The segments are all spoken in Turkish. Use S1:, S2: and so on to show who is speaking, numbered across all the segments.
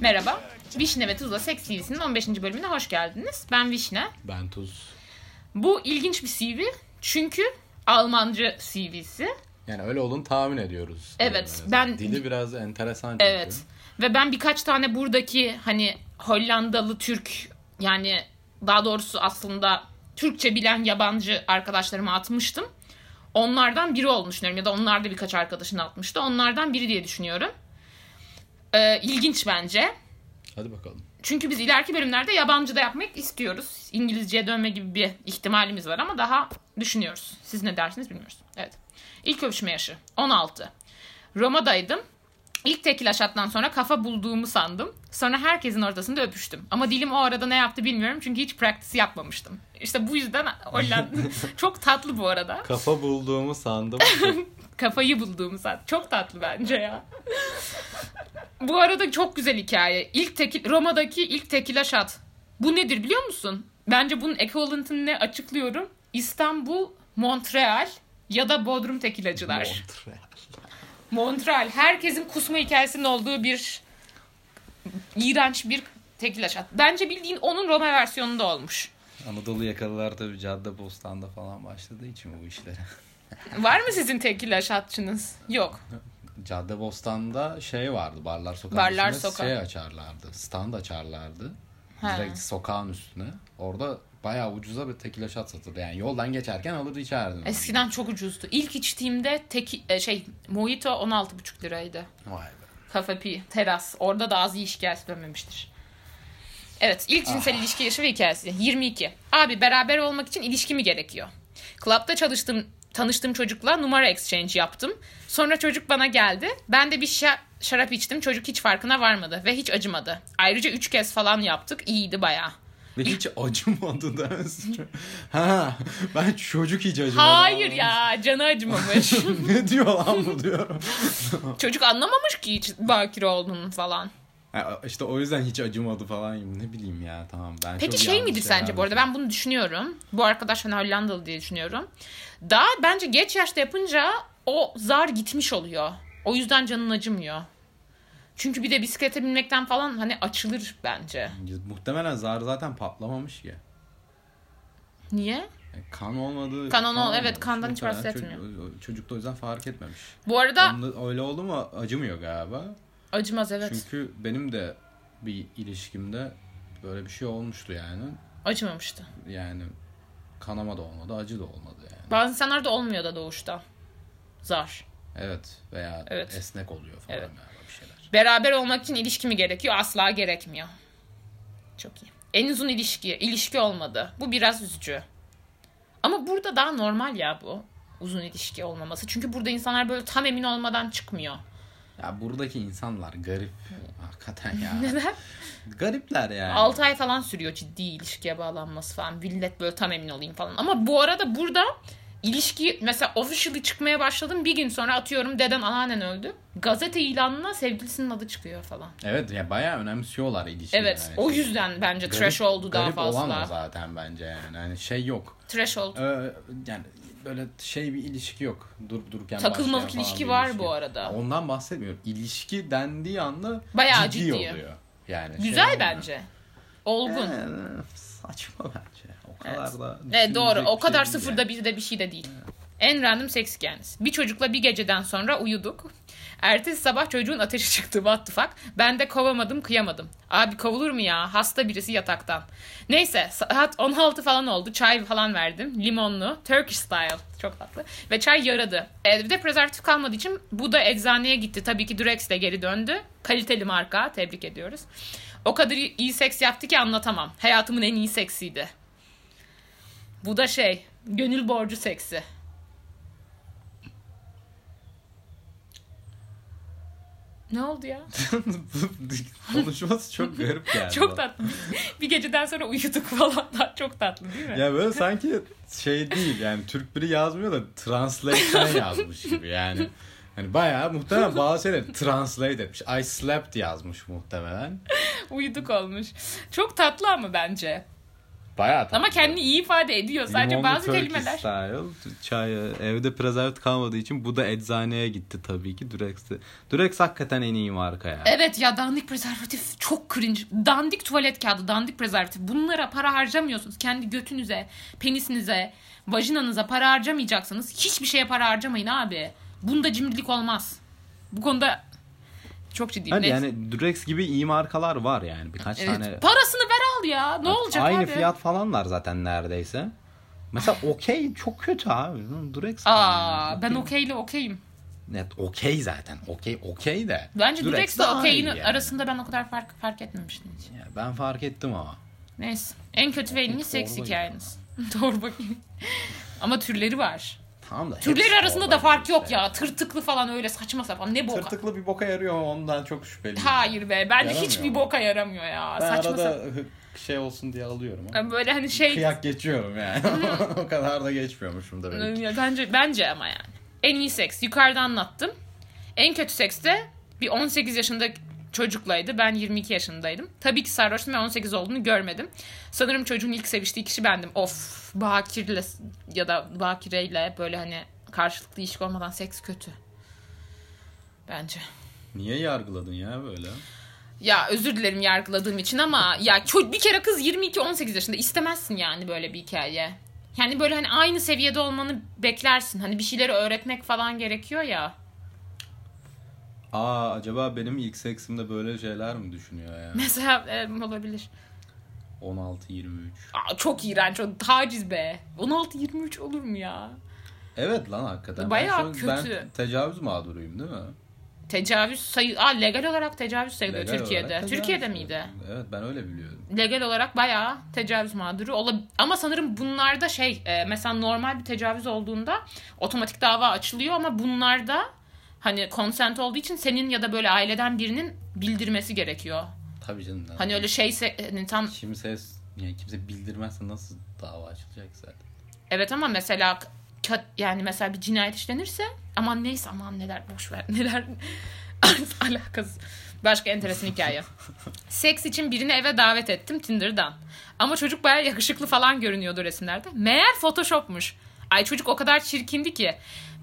S1: Merhaba. Vişne ve Tuzla Seks CV'sinin 15. bölümüne hoş geldiniz. Ben Vişne.
S2: Ben tuz.
S1: Bu ilginç bir CV çünkü Almancı CV'si.
S2: Yani öyle olun tahmin ediyoruz.
S1: Evet,
S2: Yani
S1: ben-
S2: Dili biraz enteresan çünkü.
S1: Evet. Ve ben birkaç tane buradaki hani Hollandalı Türk yani daha doğrusu aslında Türkçe bilen yabancı arkadaşlarıma atmıştım. Onlardan biri olduğunu düşünüyorum ya da onlar da birkaç arkadaşını atmıştı. Onlardan biri diye düşünüyorum. Ee, ilginç bence.
S2: Hadi bakalım.
S1: Çünkü biz ileriki bölümlerde yabancı da yapmak istiyoruz. İngilizceye dönme gibi bir ihtimalimiz var ama daha düşünüyoruz. Siz ne dersiniz bilmiyoruz. Evet. İlk öpüşme yaşı 16. Roma'daydım. İlk tekil aşattan sonra kafa bulduğumu sandım. Sonra herkesin ortasında öpüştüm. Ama dilim o arada ne yaptı bilmiyorum çünkü hiç practice yapmamıştım. İşte bu yüzden Hollanda çok tatlı bu arada.
S2: Kafa bulduğumu sandım.
S1: Kafayı bulduğumu zaten. Çok tatlı bence ya. Bu arada çok güzel hikaye. İlk tekil, Roma'daki ilk tekila şat. Bu nedir biliyor musun? Bence bunun ekvalentini ne açıklıyorum. İstanbul, Montreal ya da Bodrum tekilacılar.
S2: Montreal.
S1: Montreal. Herkesin kusma hikayesinin olduğu bir iğrenç bir tekila şat. Bence bildiğin onun Roma versiyonunda olmuş.
S2: Anadolu yakalılar tabii cadde postanda falan başladığı için bu işlere.
S1: Var mı sizin tekila şatçınız? Yok.
S2: Cadde Bostan'da şey vardı barlar sokağın
S1: Barlar
S2: üstüne
S1: sokağı.
S2: şey açarlardı. Stand açarlardı.
S1: Ha.
S2: Direkt sokağın üstüne. Orada bayağı ucuza bir tekila şat satıldı. Yani yoldan geçerken alır içerdim. ben.
S1: Eskiden çok ucuzdu. İlk içtiğimde teki, e, şey mojito 16,5 liraydı.
S2: Vay be.
S1: Kafe pi, teras. Orada da az iyi şikayet dönmemiştir. Evet ilk cinsel ilişki yaşı ve hikayesi. 22. Abi beraber olmak için ilişki mi gerekiyor? Club'da çalıştığım, tanıştığım çocukla numara exchange yaptım. Sonra çocuk bana geldi. Ben de bir şa- şarap içtim. Çocuk hiç farkına varmadı ve hiç acımadı. Ayrıca 3 kez falan yaptık. İyiydi bayağı.
S2: Ve hiç acımadı dersin. ha, ben çocuk hiç acımadı.
S1: Hayır ya canı acımamış.
S2: ne diyor lan bu diyorum.
S1: çocuk anlamamış ki hiç bakire olduğunu falan.
S2: Ha, işte o yüzden hiç acımadı falan. Ne bileyim ya tamam. Ben
S1: Peki
S2: çok
S1: şey
S2: yanlış
S1: midir sence bu arada?
S2: herhalde.
S1: Ben bunu düşünüyorum. Bu arkadaş hani Hollandalı diye düşünüyorum. Daha bence geç yaşta yapınca o zar gitmiş oluyor. O yüzden canın acımıyor. Çünkü bir de bisiklete binmekten falan hani açılır bence.
S2: Muhtemelen zar zaten patlamamış ki.
S1: Niye?
S2: Yani kan olmadığı...
S1: Kan ol- evet,
S2: olmamış.
S1: kandan hiç
S2: Muhtemelen
S1: bahsetmiyor.
S2: Çocuk, çocuk da o yüzden fark etmemiş.
S1: Bu arada
S2: Onda öyle oldu mu acımıyor galiba.
S1: acımaz evet.
S2: Çünkü benim de bir ilişkimde böyle bir şey olmuştu yani.
S1: Acımamıştı.
S2: Yani kanama da olmadı, acı da olmadı yani.
S1: Bazı insanlarda olmuyor da doğuşta. Zar.
S2: Evet veya
S1: Evet.
S2: esnek oluyor falan
S1: Evet.
S2: galiba bir şeyler.
S1: Beraber olmak için ilişki mi gerekiyor? Asla gerekmiyor. Çok iyi. En uzun ilişki. ilişki olmadı. Bu biraz üzücü. Ama burada daha normal ya bu. Uzun ilişki olmaması. Çünkü burada insanlar böyle tam emin olmadan çıkmıyor.
S2: Ya buradaki insanlar garip. Hakikaten ya.
S1: Neden?
S2: Garipler yani.
S1: 6 ay falan sürüyor ciddi ilişkiye bağlanması falan. Millet böyle tam emin olayım falan. Ama bu arada burada ilişki mesela officially çıkmaya başladım. Bir gün sonra atıyorum deden anneannen öldü. Gazete ilanına sevgilisinin adı çıkıyor falan.
S2: Evet ya bayağı önemsiyorlar ilişkiyi.
S1: Evet.
S2: yani.
S1: O yüzden bence
S2: Garip-
S1: trash oldu daha
S2: garip
S1: fazla.
S2: olan o zaten bence yani. Hani şey yok.
S1: Trash oldu.
S2: Ee, yani böyle şey bir ilişki yok. Dur dururken
S1: Takılmalık
S2: başlayan falan
S1: ilişki
S2: bir
S1: var bu arada.
S2: Ondan bahsetmiyorum. İlişki dendiği anda
S1: Bayağı
S2: ciddi,
S1: ciddi.
S2: oluyor. Yani şey
S1: Güzel
S2: olmuyor.
S1: bence. Olgun.
S2: Ee, saçma bence. O kadar
S1: Evet.
S2: da
S1: Evet doğru.
S2: düşünülecek
S1: O
S2: bir
S1: kadar
S2: şey değil
S1: sıfırda
S2: yani.
S1: bir de bir şey de değil. En random seks hikayeniz. Bir çocukla bir geceden sonra uyuduk. Ertesi sabah çocuğun ateşi çıktı what the fuck. Ben de kovamadım kıyamadım. Abi kovulur mu ya? Hasta birisi yataktan. Neyse saat 16 falan oldu. Çay falan verdim. Limonlu. Turkish style. Çok tatlı. Ve çay yaradı. Evde prezervatif kalmadığı için bu da eczaneye gitti. Tabii ki Durex ile geri döndü. Kaliteli marka. Tebrik ediyoruz. O kadar iyi seks yaptı ki anlatamam. Hayatımın en iyi seksiydi. Bu da şey, gönül borcu seksi. Ne oldu ya?
S2: şey Konuşması çok garip geldi.
S1: Çok
S2: bana.
S1: tatlı. Bir geceden sonra uyuduk falan. Daha Çok tatlı değil mi?
S2: Ya böyle sanki şey değil yani Türk biri yazmıyor da translation yazmış gibi yani. Hani bayağı muhtemelen bazı şeyleri translate etmiş. I slept yazmış muhtemelen.
S1: Uyuduk olmuş. Çok tatlı ama bence.
S2: Bayağı tatlı.
S1: Ama kendini iyi ifade ediyor. Sadece
S2: Limonlu
S1: bazı
S2: Turkish
S1: kelimeler.
S2: Style. Çay, evde prezervatif kalmadığı için bu da eczaneye gitti tabii ki. Durex'te. Durex hakikaten en iyi marka ya.
S1: Evet ya dandik prezervatif çok cringe. Dandik tuvalet kağıdı, dandik prezervatif. Bunlara para harcamıyorsunuz. Kendi götünüze, penisinize, vajinanıza para harcamayacaksınız. Hiçbir şeye para harcamayın abi. Bunda cimrilik olmaz. Bu konuda çok ciddiyim.
S2: Hani
S1: Neyse.
S2: yani Durex gibi iyi markalar var yani birkaç
S1: Evet.
S2: tane.
S1: Parasını ver al ya. Ne olacak
S2: Aynı
S1: abi?
S2: fiyat falan var zaten neredeyse. Mesela okey çok kötü abi. Durex.
S1: Aa, ben okeyle okeyim.
S2: Net okey zaten. Okey okey de.
S1: Bence Durex ile
S2: daha iyi
S1: okeyin
S2: yani.
S1: arasında ben o kadar fark, fark etmemiştim hiç.
S2: Ya ben fark ettim ama.
S1: Neyse. En kötü ve en iyi seks
S2: Torba gibi.
S1: hikayeniz. Torba gibi. Ama türleri var.
S2: Tamam da.
S1: Türler
S2: hepsi
S1: arasında da
S2: oradan
S1: fark
S2: işte.
S1: yok ya. Tırtıklı falan öyle saçma sapan. Ne boka.
S2: Tırtıklı bir boka yarıyor ama ondan çok şüpheliyim.
S1: Hayır be. Bence
S2: Yaramıyor
S1: hiçbir
S2: mu?
S1: boka yaramıyor ya.
S2: Ben
S1: saçma
S2: arada
S1: sapan.
S2: şey olsun diye alıyorum ama.
S1: Yani Böyle hani şey.
S2: Kıyak geçiyorum yani. o kadar da geçmiyormuşum da belki.
S1: Ya Bence, bence ama yani. En iyi seks. Yukarıda anlattım. En kötü seks de bir 18 yaşında çocuklaydı. Ben 22 yaşındaydım. Tabii ki sarhoştum ve 18 olduğunu görmedim. Sanırım çocuğun ilk seviştiği kişi bendim. Of Bakir'le ya da Bakire'yle böyle hani karşılıklı ilişki olmadan seks kötü. Bence.
S2: Niye yargıladın ya böyle?
S1: Ya özür dilerim yargıladığım için ama ya ço- bir kere kız 22-18 yaşında istemezsin yani böyle bir hikaye. Yani böyle hani aynı seviyede olmanı beklersin. Hani bir şeyleri öğretmek falan gerekiyor ya.
S2: Aa acaba benim ilk seksimde böyle şeyler mi düşünüyor ya?
S1: Mesela e, olabilir.
S2: 16-23.
S1: Aa, çok iğrenç. O taciz be. 16-23 olur mu ya?
S2: Evet lan hakikaten.
S1: Bayağı
S2: ben şu an-
S1: kötü.
S2: Ben tecavüz mağduruyum değil mi?
S1: Tecavüz sayı... Aa legal olarak tecavüz sayılıyor
S2: Legal
S1: Türkiye'de.
S2: olarak tecavüz
S1: Türkiye'de
S2: sayılıyor.
S1: miydi?
S2: Evet ben öyle biliyordum.
S1: legal olarak bayağı tecavüz mağduru olab ama sanırım bunlarda şey e, mesela normal bir tecavüz olduğunda otomatik dava açılıyor ama bunlarda hani konsent olduğu için senin ya da böyle aileden birinin bildirmesi gerekiyor.
S2: Tabii canım. lan.
S1: Hani öyle şeyse hani tam
S2: Kimse, yani kimse bildirmezse nasıl dava açılacak zaten?
S1: evet ama mesela ka- yani mesela bir cinayet işlenirse aman neyse aman neler boş ver neler alakası başka enteresan hikaye. Seks için birini eve davet ettim Tinder'dan. Ama çocuk baya yakışıklı falan görünüyordu resimlerde. Meğer Photoshop'muş. Ay çocuk o kadar çirkindi ki.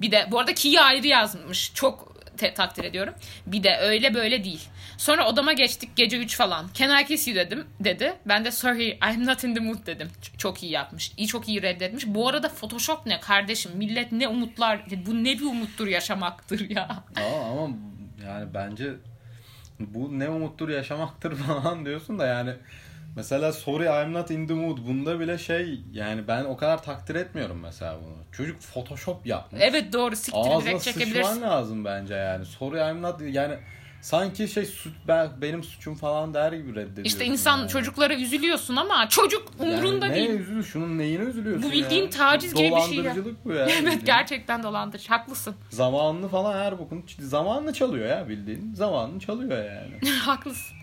S1: Bir de bu arada ki'yi ayrı yazmış. Çok te- takdir ediyorum. Bir de öyle böyle değil. Sonra odama geçtik gece 3 falan. Can I kiss you dedim dedi. Ben de sorry I'm not in the mood dedim. Ç- çok iyi yapmış. İyi çok iyi reddetmiş. Bu arada Photoshop ne kardeşim? Millet ne umutlar. Bu ne bir umuttur yaşamaktır ya.
S2: Aa, ama yani bence bu ne umuttur yaşamaktır falan diyorsun da yani mesela sorry I'm not in the mood bunda bile şey yani ben o kadar takdir etmiyorum mesela bunu. Çocuk photoshop yapmış.
S1: Evet doğru siktir
S2: Ağzına
S1: direkt
S2: sıçman
S1: çekebilirsin.
S2: lazım bence yani. Sorry I'm not yani sanki şey suç ben, benim suçum falan der gibi reddediyorsun.
S1: İşte insan
S2: yani.
S1: çocuklara üzülüyorsun ama çocuk
S2: Yani
S1: umrunda
S2: neye
S1: değil.
S2: üzülüyorsun? Şunun neyine üzülüyorsun
S1: Bu bildiğin
S2: yani?
S1: taciz gibi bir şey ya.
S2: Dolandırıcılık bu ya.
S1: Evet gerçekten dolandırıcı. Haklısın.
S2: Zamanını falan her bokun zamanını çalıyor ya bildiğin. Zamanını çalıyor yani.
S1: Haklısın.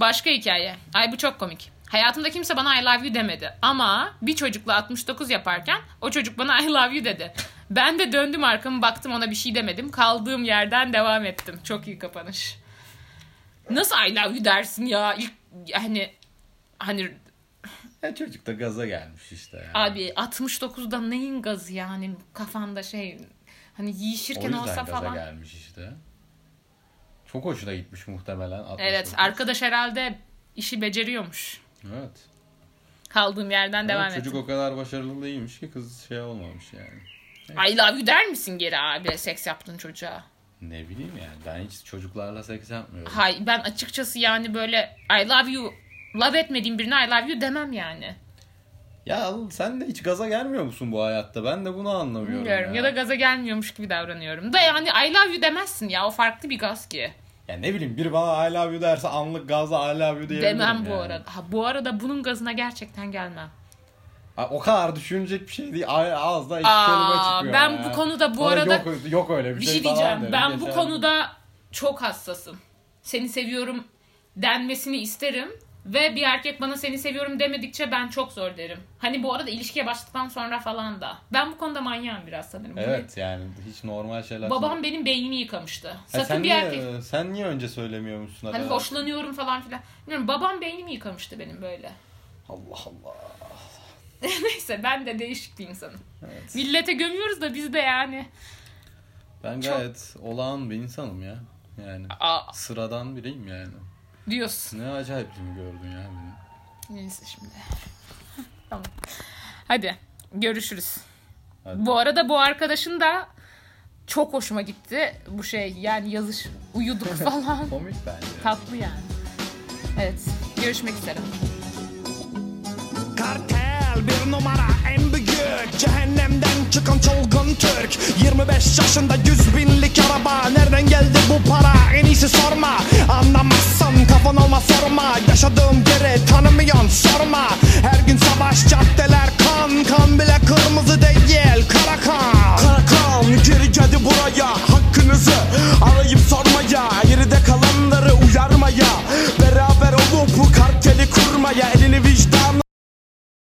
S1: Başka hikaye. Ay bu çok komik. Hayatımda kimse bana I love you demedi. Ama bir çocukla 69 yaparken o çocuk bana I love you dedi. Ben de döndüm arkamı baktım ona bir şey demedim. Kaldığım yerden devam ettim. Çok iyi kapanış. Nasıl I love you dersin ya? İlk hani hani
S2: Ya E, çocuk da gaza gelmiş işte. Yani.
S1: abi 69'da neyin gazı yani kafanda şey hani
S2: o
S1: yiyişirken
S2: yüzden
S1: olsa
S2: gaza
S1: falan.
S2: gelmiş işte. Çok hoşuna gitmiş muhtemelen. 69.
S1: Evet er- arkadaş herhalde işi beceriyormuş.
S2: Evet.
S1: Kaldığım yerden devam
S2: Ama çocuk
S1: ettim.
S2: o kadar başarılı değilmiş ki kız şey olmamış yani.
S1: I love you der misin geri abi seks yaptın çocuğa?
S2: Ne bileyim yani ben hiç çocuklarla seks yapmıyorum.
S1: Hay ben açıkçası yani böyle I love you love etmediğim birine I love you demem yani.
S2: Ya al, sen de hiç gaza gelmiyor musun bu hayatta? Ben de bunu anlamıyorum.
S1: Bilmiyorum
S2: ya.
S1: ya da gaza gelmiyormuş gibi davranıyorum. Da yani I love you demezsin ya o farklı bir gaz ki.
S2: Ya ne bileyim bir bana I love you derse anlık gaza I love you diyebilirim
S1: Demem bu
S2: yani.
S1: arada. Ha, bu arada bunun gazına gerçekten gelmem.
S2: Ha, o kadar düşünecek bir şey değil. Ay- Ağızda iki
S1: Aa,
S2: kelime çıkıyor.
S1: ben
S2: ya.
S1: bu konuda bu
S2: Sonra
S1: arada-
S2: yok, yok öyle bir,
S1: Bir
S2: şey,
S1: şey
S2: falan
S1: diyeceğim.
S2: derim.
S1: Ben bu
S2: Geçer.
S1: konuda çok hassasım. Seni seviyorum denmesini isterim ve bir erkek bana seni seviyorum demedikçe ben çok zor derim. Hani bu arada ilişkiye başladıktan sonra falan da. Ben bu konuda manyağım biraz sanırım. Hani
S2: Evet yani hiç normal şeyler.
S1: Babam benim beynimi yıkamıştı.
S2: Ha,
S1: Sakın
S2: sen
S1: bir
S2: niye,
S1: erkek
S2: Sen niye önce söylemiyormuşsun?
S1: hani
S2: acaba?
S1: hoşlanıyorum falan filan. Bilmiyorum babam beynimi yıkamıştı benim böyle.
S2: Allah Allah.
S1: Neyse ben de değişik bir insanım. Millete gömüyoruz da biz de yani.
S2: Ben
S1: Çok-
S2: gayet olağan bir insanım ya. Yani
S1: Aa,
S2: sıradan biriyim yani.
S1: diyorsun.
S2: Ne acayipliğimi gördün ya benim.
S1: Neyse şimdi. tamam. Hadi görüşürüz.
S2: Hadi.
S1: Bu arada bu arkadaşın da çok hoşuma gitti. Bu şey yani yazış uyuduk falan.
S2: Komik bence.
S1: Tatlı yani. Evet. Görüşmek üzere.
S3: Kartel bir numara en büyük Cehennemden çıkan çılgın Türk 25 yaşında 100 binlik araba Nereden geldi bu para en iyisi sorma Anlamazsın kafan olma sorma Yaşadığım yeri tanımıyorsun sorma Her gün sana